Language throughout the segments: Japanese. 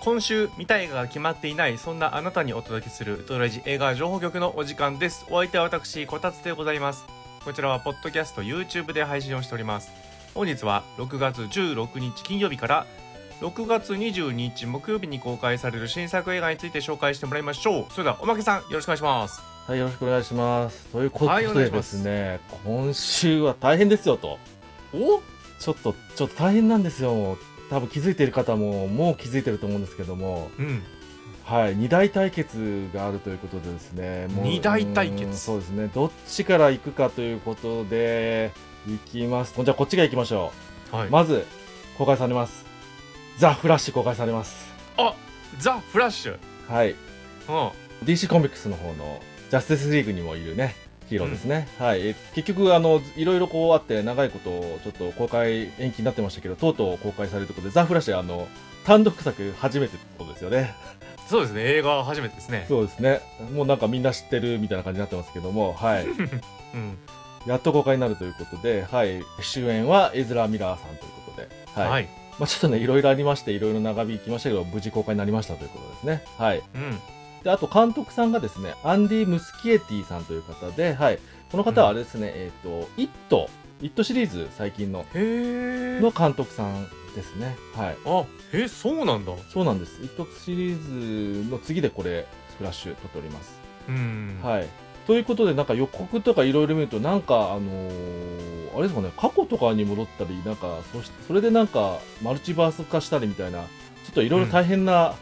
今週見たい映画が決まっていないそんなあなたにお届けするウトラジ映画情報局のお時間ですお相手は私こたつでございますこちらはポッドキャスト YouTube で配信をしております本日は6月16日金曜日から6月22日木曜日に公開される新作映画について紹介してもらいましょうそれではおまけさんよろしくお願いしますはい、よろしくお願いします。ということはいお願いでしまですすね、今週は大変ですよと。おちょっと、ちょっと大変なんですよ。多分気づいている方も、もう気づいてると思うんですけども、うんはい、二大対決があるということでですね、もう二大対決うんそうですね、どっちから行くかということで、行きます。じゃあ、こっちが行きましょはう。い、まず、公開されます。ザ・フラッシュ公開されます。ザ・フラッシュはい、うん DC コミックスの方のジャスティスリーグにもいるねヒーローですね、はいえ結局あのいろいろこうあって長いことちょっと公開延期になってましたけどとうとう公開されるとことでザ・フラッシュあの単独作初めてってことですよねそうですね映画は初めてですねそうですねもうなんかみんな知ってるみたいな感じになってますけども は いうんやっと公開になるということではい主演はエズラ・ミラーさんということではい、はい、まあ、ちょっとねいろいろありましていろいろ長引きましたけど無事公開になりましたということですねはいうんで、あと監督さんがですね、アンディ・ムスキエティさんという方で、はい。この方はあれですね、えっ、と、イット、イットシリーズ最近の、へのえ。監督さんですね。はい。あ、へえ、そうなんだ。そうなんです。イットシリーズの次でこれ、スプラッシュ撮っております。うん。はい。ということで、なんか予告とかいろいろ見ると、なんか、あのーあれですかね、過去とかに戻ったり、なんか、そしそれでなんか、マルチバース化したりみたいな、ちょっといろいろ大変な、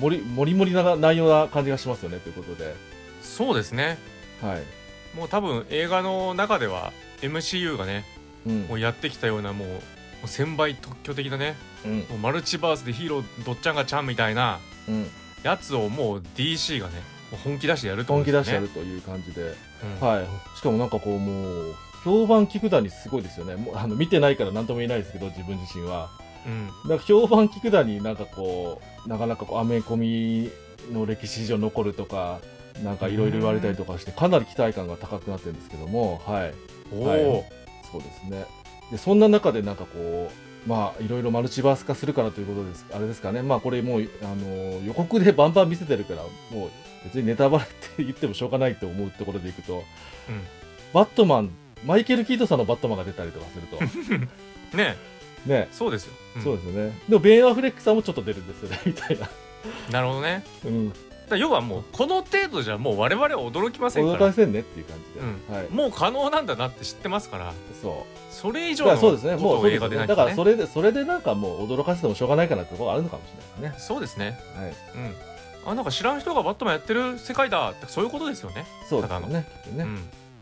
もり、もりもりな内容な感じがしますよね、ということで。そうですね。はい。もう多分映画の中では MCU がね、うんもうやってきたようなもうもう1000倍特許的なね、うんもうマルチバースでヒーローどっちゃんがちゃんみたいなうん、やつをもう DC がね、もう本気出してやると思う本ん気ですよ出ね。してやるという感じで、うんはい、しかもなんかこうもう評判聞くだにすごいですよねもうあ の見てないから何とも言えないですけど自分自身はうん。なんか評判聞くだになんかこうなかなかこうアメコミの歴史上残るとかなんかいろいろ言われたりとかしてかなり期待感が高くなってるんですけどもはいおお、はいそうですねでそんな中でなんかこうまあいろいろマルチバース化するからということですあれですかねまあこれもうあの予告でバンバン見せてるからもう別にネタバレって言ってもしょうがないと思うところでいくと、うんバットマンマイケル・キートンさんのバットマンが出たりとかすると ね、ねそうですよ。んそうですよねでもベン・アフレックさんもちょっと出るんですよねみたいな、なるほどね。うん、だから要はもうこの程度じゃもう我々は驚きませんか驚らか。せんねっていう感じうで、はいもう可能なんだなって知ってますから、そうそれ以だ上のからこそうですねともうをそう映です画でねないだとからねそ。れでそれでなんかもう驚かせてもしょうがないかなってところがあるのかもしれないですそうですね。ねはいうん、あなんか知らん人がバットマンやってる世界だってそういうことですよね。そうですよねきっとね、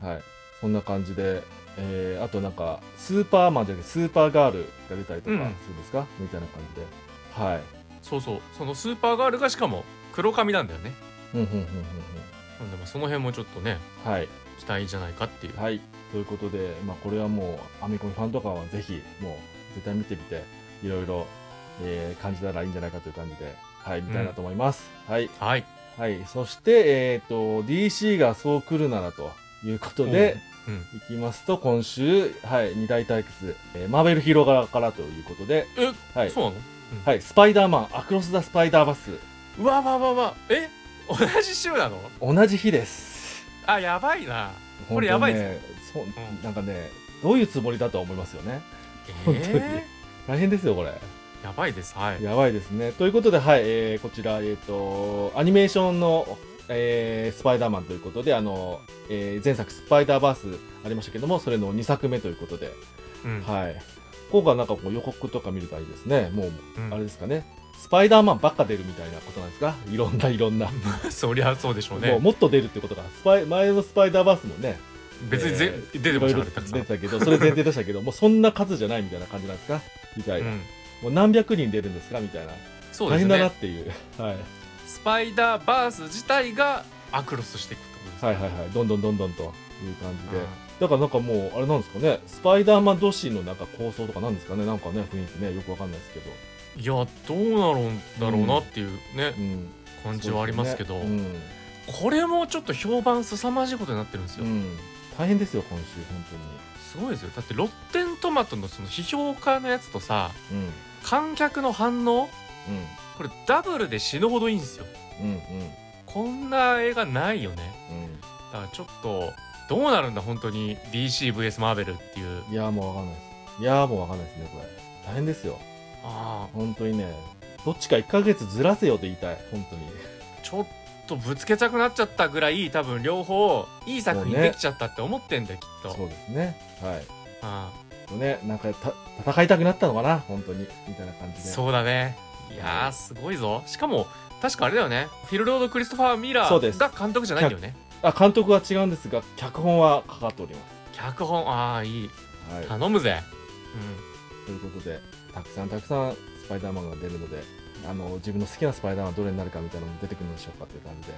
うはい、そんな感じで、えーあとなんかスーパーマンじゃなくてスーパーガールが出たりとかするうんんですか、みたいな感じではいん、そうそうそのスーパーガールがしかも黒髪なんだよね。うんうんうんうんなんでまあその辺もちょっとねうんはい、期待じゃないかっていう。はい、ということで、まあ、これはもうアメコミファンとかはぜひもう絶対見てみていろいろ、えー感じたらいいんじゃないかという感じではい見たいなと思います、はい、はい。はい、そして、えー、と DC がそう来るならということで、うんうんいきますと今週、はい、二大対決、えーマーベルヒーロー側からということで、え、はい、そうなの？はい、スパイダーマン、アクロス・ザ・スパイダーバス、うわわわわえ同じ週なの？同じ日です。あやばいな。これやばいね、そううんなんかね、どういうつもりだとは思いますよね。え本当に大変ですよ、これ。ー、やばいです。はい。やばいですね。ということで、はい、えーこちら、えっ、と、アニメーションの、えースパイダーマンということで、あの、えー前作、スパイダーバースありましたけども、それの2作目ということで、うんはい。今回なんかこう予告とか見るといいですね。もう、うんあれですかね。スパイダーマンばっか出るみたいなことなんですかいろんないろんな。 そりゃそうでしょうもうね。もっと出るってことかスパイ前のスパイダーバースもね別にぜ、えー出てましたからいたくさろいろん。出うてたけどそれ前提でしたけどもうそんな数じゃないみたいな感じなんですかみたいな、ん。もう何百人出るんですかみたいな、そう大です変だなねっ。ていう、はい、スパイダーバース自体がアクロスしていくってことですね。はいはいはいどんどんどんどんという感じで、うんだからなんかもうあれなんですかねスパイダーマン同士のなんか構想とかなんですかねなんかね雰囲気ねよくわかんないですけど、いやどうなるんだろうなっていうね、うん、感じはありますけどそうですねこれもちょっと評判凄まじいことになってるんですうよ、ん、うん大変ですよ今週本すごいですよだってロッテントマトのその批評家のやつとさ当にうん観客の反応これダブルで死ぬほどいいんですようんうんこんな映画ないよねうんだからちょっとどうなるんだ本当に DCVS マーベルっていういやーもうわかんないですいやーもうわかんないですねこれ大変ですよあ本当にねどっちか1ヶ月ずらせよと言いたい本当にーちょっとぶつけたくなっちゃったぐらい多分両方いい作品そうねできちゃったって思ってんだよきっと、そうですねはいあね、なんかた戦いたくなったのかな本当にみたいな感ーじでそうだねいやーすごいぞしかも確かあれだよねフィル・ロード・クリストファー・ミラそうですーが監督じゃないんだよねあ監督は違うんですが脚本はかかっておりま脚本ああいいす、はい、頼むぜ、ということでたくさんたくさんスパイダーマンが出るのであの自分の好きなスパイダーマンどれになるかみたいなのも出てくるのでしょうかという感じで、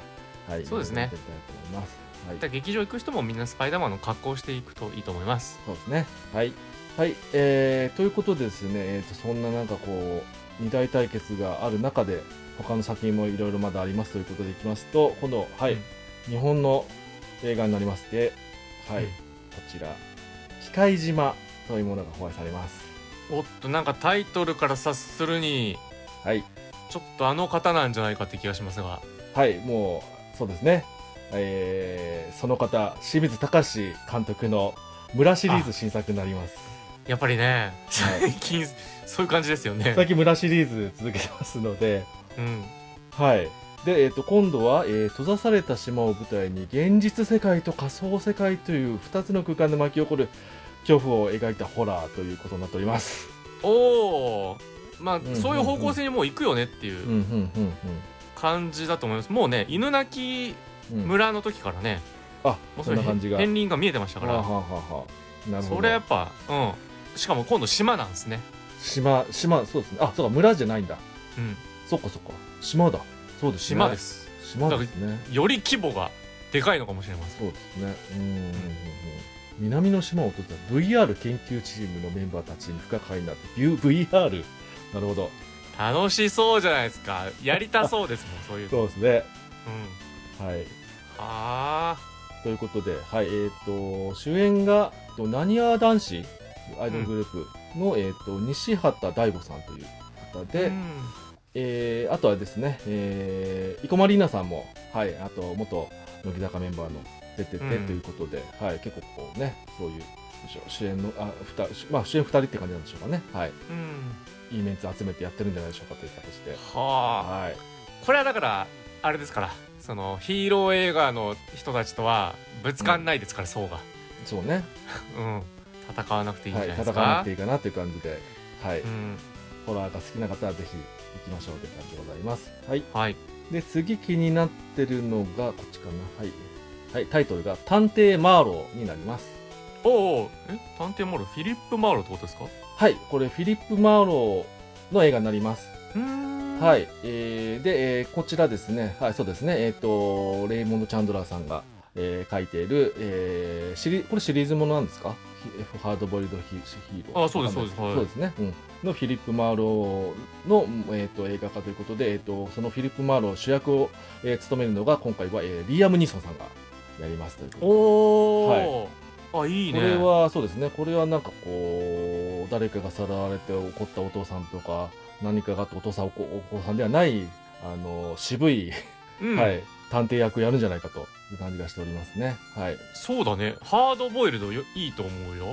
はい、そうですねやっていきたいと思います、はういん、だから劇場行く人もみんなスパイダーマンの格好をしていくといいと思いますそうですね。はい。はい。えー、ということでですね、えー、とそんななんかこう、二大対決がある中で、他の作品もいろいろまだありますということでいきますと、今度、はい、うん日本の映画になりまして、はい、うんこちら、機械島というものが放映されます。おっとなんかタイトルから察するにはい。ちょっとあの方なんじゃないかって気がしますがはい、もう、そうですね。えー、その方、清水隆監督の村シリーズ新作にな ります。やっぱり ねはい最近そういう感じですよね最近村シリーズ続けてますので、うんはい。で、えっと今度は、えー閉ざされた島を舞台に現実世界と仮想世界という2つの空間で巻き起こる恐怖を描いたホラーということになっております。おおまあ、んうんそういう方向性にもう行くよねってうんいううんうん感じだと思います、もうね犬鳴きうん。うん、村の時からね、あもうそんな感じが。片鱗が見えてましたかはあはらあはあなるほど。それやっぱうんしかも今度島なんですね島島そうですね。あそうか村じゃないんだ。うんそっかそっか島だ。そうです、ね。島で。す島ですね。より規模がでかいのかもしれませんそうですね。うんうんうんうん。南の島を取った VR 研究チームのメンバーたちに不可解になって VR なるほど。楽しそうじゃないですかやりたそうですもん そういうの、うん、そうですね。はい。あということで、はい、えっ、と、主演が、えっとなにわ男子アイドルグループの、えっ、と、西畑大吾さんという方ーで、うんえーあとはですね、えー、生駒里奈さんも、はい、あと、元乃木坂メンバーの出ててとうんいうことで、はい、結構こうね、そういう、主演の、あ、ふた、まあ、主演二人って感じなんでしょうかね。はい。うんいいメンツ集めてやってるんじゃないでしょうかという形で。はあはい。これはだからあれですからそのヒーロー映画の人たちとはぶつかんないですから、層がそうね。うん戦わなくていいんじはゃい。ないで戦すか、わなくていいかなという感じで、はい。うんホラーが好きな方はぜひ行きましょうという感じでございます。はい。はいで、次気になってるのが、こっちかな。はい。はい、タイトルが、探偵マーローになります。おうおうえ探偵マーロフィリップ・マーロってことですかはい、これ、フィリップ・マーローの映画になります。うーんはいい。えーで、えーこちらですね。はい、そうですね。えっ、と、レイモンド・チャンドラーさんが、えー書いている、えーシリこれシリーズものなんですかヒハードボイルドヒヒーロー。あそうですそうですはいそうですね。うん。のフィリップ・マーローの、えー、と映画化ということで、えーと、そのフィリップ・マーロー主役を、えー務めるのが、今回は、えーリアム・ニーソンさんがやりますということでおお、あいいねこれはそうですねこれはなんかこう誰かがさらわれて怒ったお父さんとか何かがあってお父さんお子お子さんではないあの渋い、うんはい、探偵役をやるんじゃないかという感じがしておりますねはい、そうだねハードボイルドよいいと思うよ、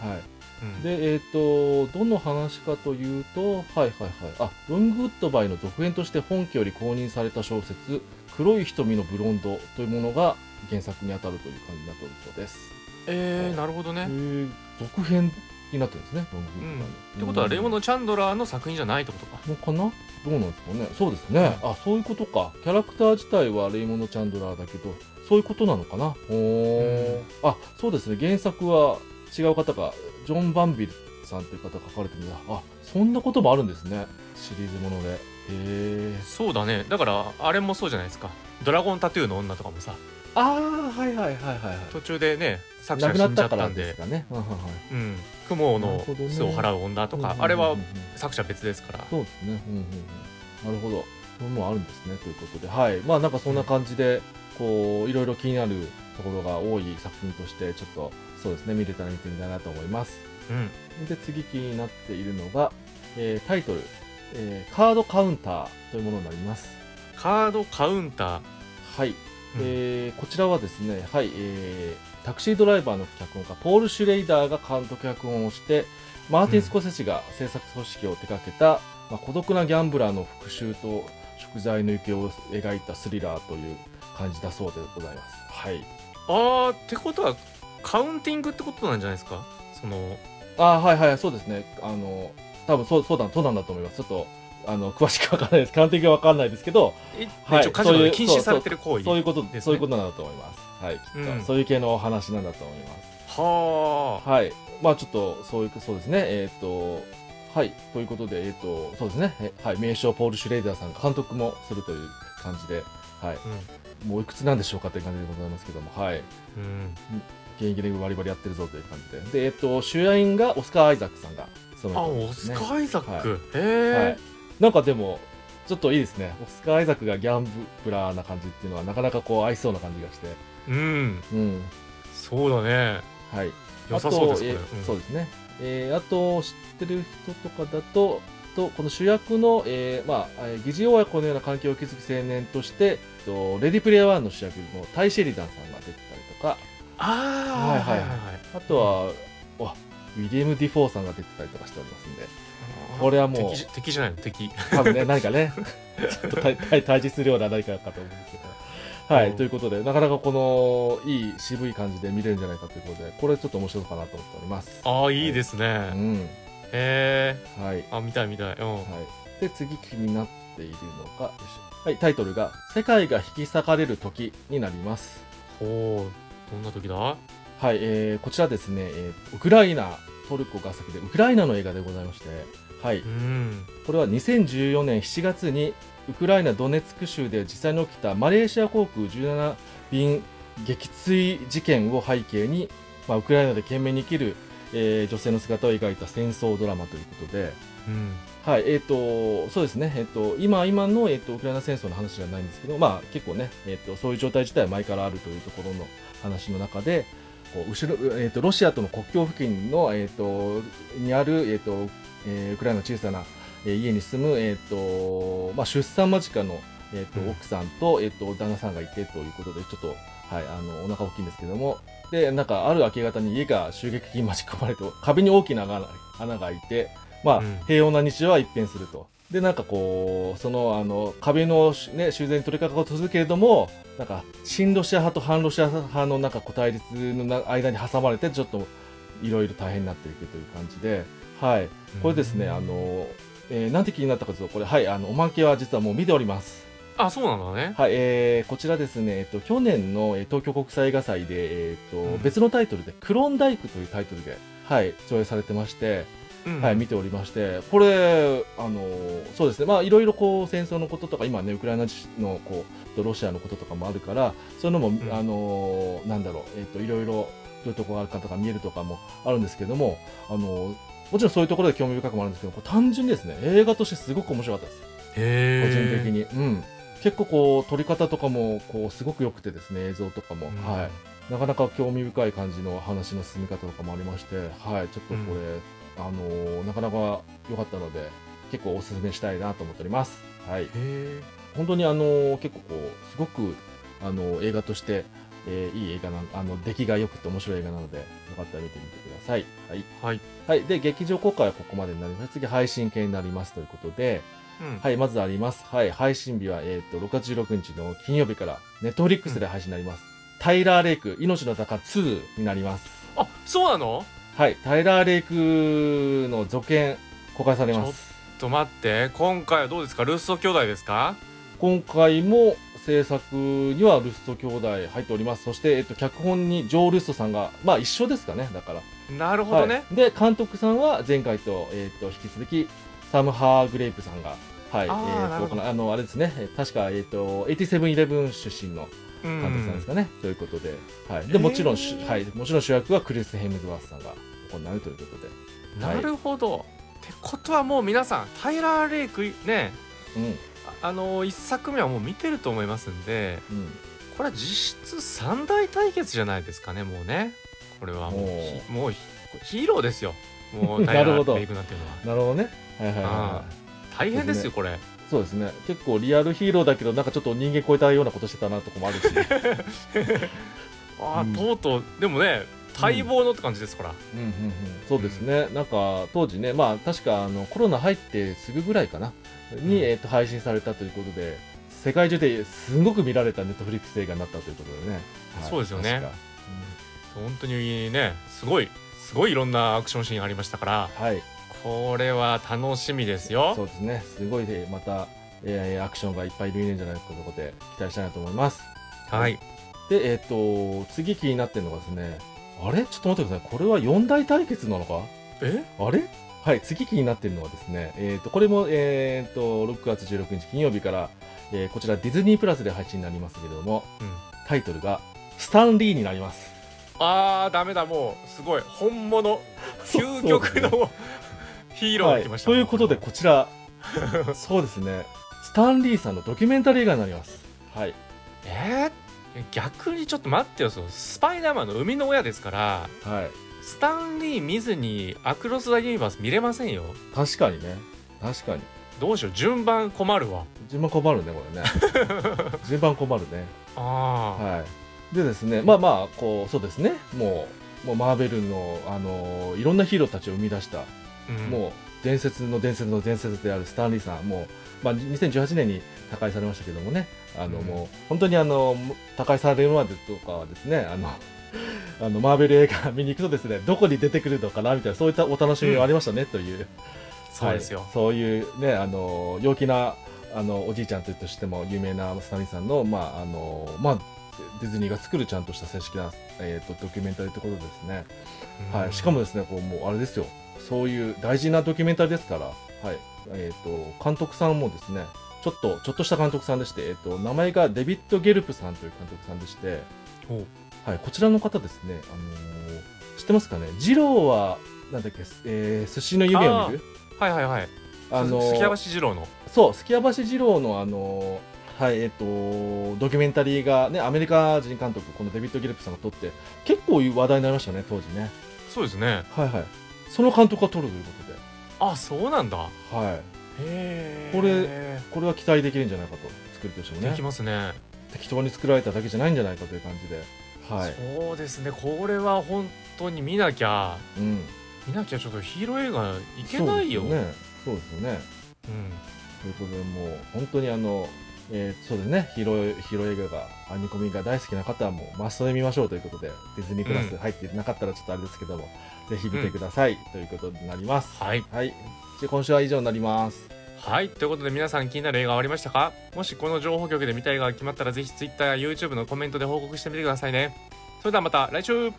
はうんい、でえっ、とどの話かというとはいはいはいあロングウッドバイの続編として本家より公認された小説「黒い瞳のブロンド」というものが原作にあたるという感じになっておるそうですえー、なるほどね、へー続編になってるんですねロングウッドバイの、ってことはレイモンド・チャンドラーの作品じゃないってことかのかなどうなんですかねそうですねあそういうことかキャラクター自体はレイモンド・チャンドラーだけどそういうことなのかなおーうんあそうですね原作は違う方がジョン・バンビルさんという方が書かれてるんだあそんなこともあるんですねシリーズものでへえそうだねだからあれもそうじゃないですか「ドラゴンタトゥーの女」とかもさああはいはいはいはい途中でね作者ながく死なんっじゃたっかたらんでですかね。うんうんうんうん、クモなるのほどね巣を払う女とか、うんうんうんうんあれは作者別ですから、そうですね。うんうんうん。なるほど。そういうのもあるんですね。ということで、はい。まあなんかそんな感じで、こう、いろいろ気になるところが多い作品として、ちょっと、そうですね、見れたら見てみたいなと思います。うんで、次気になっているのが、えータイトル、えーカードカウンターというものになります。カードカウンターはい、えーこちらはですね、はいえータクシードライバーの脚本家ポール・シュレイダーが監督脚本をしてマーティン・スコセッシが制作組織を手掛けた、まあ、孤独なギャンブラーの復讐と食材の行方を描いたスリラーという感じだそうでございます。はい、あーってことはカウンティングってことなんじゃないですかそのあーはいはいそうですねあの多分そうそうだそうなんだと思いますちょっとあの詳しくわからないです完璧はわかんないですけどえはい一応カジノでそうい禁う止されてる行為そういうこと、ですねそういうことなんだと思いますはいきっと、うんそういう系のお話なんだと思いますはあはい。まあちょっと、そういう、そうですね。えっ、と、はい。ということで、えっ、と、そうですね。えはい。名将ポール・シュレイダーさんが監督もするという感じで、はい。もういくつなんでしょうかという感じでございますけども、はい。うん、うん、現役でバリバリやってるぞという感じで。で、えっ、と、主演がオスカー・アイザックさんが務あめてオますスねカー・アイザック、へはえい、。なんかでも、ちょっといいですね。オスカー・アイザックがギャンブラーな感じっていうのは、なかなかこう、合いそうな感じがして。うんうん。そうだねはい。良さそうですこあれ、とえうんそうですね。えーあと、知ってる人とかだと、とこの主役の、えーまあ、えー疑似親子のような関係を築く青年として、とレディープレイヤー1の主役のタイ・シェリダンさんが出てたりとか、ああ、はいはいはいいあとは、わウィリアム・ディフォーさんが出てたりとかしておりますんで、あーこれはもう敵じ敵じゃないの敵多分ね、何 かね、ちょっと対対対峙するような何かかと思うんですけど。はうんい、ということで、なかなかこの、いい渋い感じで見れるんじゃないかということで、これちょっと面白いかなと思っております。ああいいですね、うへん。えはい。あ見たい見たいうんはい、で次気になっているのが、よいしょはい、タイトルが「世界が引き裂かれる時」になります、ほうどんな時だ、はいえーこちらですね、えーウクライナトルコが先でウクライナの映画でございまして、はいうんこれは2014年7月にウクライナ・ドネツク州で実際に起きたマレーシア航空17便撃墜事件を背景に、まあ、ウクライナで懸命に生きる、えー女性の姿を描いた戦争ドラマということで、うんはい、えっ、と、そうですね、えっ、と、今、今の、えっ、と、ウクライナ戦争の話じゃないんですけど、まあ、結構ね、えっ、と、そういう状態自体は前からあるというところの話の中で、こう、後ろ、えっ、と、ロシアとの国境付近の、えっ、と、にある、えっ、と、えーウクライナの小さな、えー家に住む、えっ、と、まあ、出産間近の、えっ、うんと、奥さんと、えっ、と、旦那さんがいてということで、ちょっと、はい、あの、お腹大きいんですけども、で、なんか、ある明け方に家が襲撃に巻き込まれて、壁に大きな穴が穴が開いて、まあ、うん平穏な日常は一変すると。で、なんかこう、その、あの、壁のし、ね、修繕に取り掛かろうとするけれども、なんか、親ロシア派と反ロシア派の、なんか、こう対立のな間に挟まれて、ちょっと、いろいろ大変になっていくという感じで、はい。これですね、うんあの、えーなんて気になったかというと、これ、はい、あの、おまけは実はもう見ております。あそうなんだねはい、えーこちらですね、えっと、去年のえー東京国際映画祭で、えーっとうん別のタイトルで、クロンダイクというタイトルで、はい、上映されてまして、うんはい、見ておりまして、これ、あのーそうですね、まあ、いろいろこう戦争のこととか、今ね、ウクライナのこうロシアのこととかもあるから、そういうのも、んあのーなんだろう、えっといろいろどういうところがあるかとか見えるとかもあるんですけども、あのーもちろんそういうところで興味深くもあるんですけど、これ単純にですね、映画としてすごく面白かったです。個へ人え的に、うん、結構こう撮り方とかもこうすごく良くてですね映像とかも、うんはい、なかなか興味深い感じの話の進み方とかもありまして、はい、ちょっとこれ、あのーなかなか良かったので結構おすすめしたいなと思っております、はい、へえ本当にあのー結構こうすごく、あのー映画として、えーいい映画なあの出来が良くて面白い映画なのでよかったら見てみてください、はいはいはい、で劇場公開はここまでになります次配信系になりますということで、うんはい、まずあります。はい、配信日は、えっ、と、6月16日の金曜日から、ネットフリックスで配信になります。タイラー・レイク、命の鷹2になります。あそうなのはい、タイラー・レイクの続編、公開されます。ちょっと待って今回はどうですかルッソ兄弟ですか今回も制作にはルスト兄弟入っております。そして、えっ、と、脚本にジョー・ルストさんが、まあ一緒ですかね、だから。なるほどね、はい、で、監督さんは前回と、えっ、と、引き続き、サム・ハーグレイプさんが、はい、えっ、あーなるほと、こどの、あの、あれですね、えー確か、えっ、と、8711出身の、うん監督さんですかね、ということで、はい、えーでもちろん主、はい、もちろん主役はクリス・ヘムズワースさんが行うということで、なるほど、ってことはもう皆さんタイラー・レイクねうんああのー一作目はもう見てると思いますんでうん、これは実質三大対決じゃないですかねもうねこれはもうおひもうひヒーローですよもうタイなラるほ ー・どレイクなんていうのはなるほどね、はいはいはいはあー大変ですよこれそうですね結構リアルヒーローだけどなんかちょっと人間超えたようなことしてたなとかもあ るしああ、うんとうとうでもね待望のって感じですから、うんうんうんそうですねなんか当時ねまあ確かあのコロナ入ってすぐぐらいかなに、うんえっと配信されたということで世界中ですごく見られたネットフリックス映画になったということでね、はいそうですよね確か本当にねすごいすごいいろんなアクションシーンがありましたからうんはいこれは楽しみですよそうですねすごいねまた、えーアクションがいっぱい見れるんじゃないかということで期待したいなと思いますはいでえっ、と次気になってるのがですねあれちょっと待ってくださいこれは四大対決なのかえあれはい、次気になってるのはですね、えー、とこれも、えー、と6月16日金曜日から、えーこちらディズニープラスで配信になりますけれども、うんタイトルが「スタンリー」になります。あーダメだもうすごい本物究極 そうですねの ヒーローが来ました、はい、ということでこ ちらそうですねスタンリーさんのドキュメンタリー映画になります。はい、えー逆にちょっと待ってよそのスパイダーマンの生みの親ですからはい、スタンリー見ずにアクロス・ザ・ユニバース見れませんよ確かにね確かにどうしよう順番困るわ順番困るねこ れね順番困るね。あー、はい、でですねまあまあこうそうですねもうもうマーベルの、あのーいろんなヒーローたちを生み出した、うんもう伝説の伝説の伝説であるスタンリーさんもう、まあ、2018年に他界されましたけどもねあの、うんもう本当にあのもう他界されるまでとかはですねあの あのマーベル映画見に行くとですねどこに出てくるのかなみたいなそういったお楽しみもありましたね、というそうですよ、はいそういうねあの陽気なあのおじいちゃんとしても有名なスタンリーさんの,、まああのまあ、ディズニーが作るちゃんとした正式な、えー、とドキュメンタリーってことですね、うんはい、しかもですねこうもうあれですよそういう大事なドキュメンタリーですから、はいえー、と監督さんもですねちょっとちょっとした監督さんでして、えー、と名前がデビッド・ゲルプさんという監督さんでして、ほうはい、こちらの方ですね、あのー知ってますかね二郎はなんだっけ、えー寿司の夢を見るはいはいはいあのー関橋二郎のそう、すきやばし二郎の、あのーはい、えっ、と、ドキュメンタリーがね、アメリカ人監督、このデビッド・ギルプさんが撮って、結構話題になりましたね、当時ね。そうですねはいはい。その監督が撮るということで、あそうなんだはい。へえこれこれは期待できるんじゃないかと、作りとしてもでねき。ますね適当に作られただけじゃないんじゃないかという感じで、はい。そうですねこれは本当に見なきゃうん。い見なきゃちょっとヒーロー映画いけないよそうですね。そうですよね。うんということで、もう、本当にあの、えーそうですね、ヒーロー、ヒーロー映画が、アニコミが大好きな方はもう、マストで見ましょうということで、ディズニープラス入ってなかったらちょっとあれですけども、ぜひ見てください、ということになります。はいはい。じゃあ今週は以上になります。はいということで皆さん気になる映画はありましたかもしこの情報局で見たい映画が決まったらぜひ Twitter や YouTube のコメントで報告してみてくださいねそれではまた来週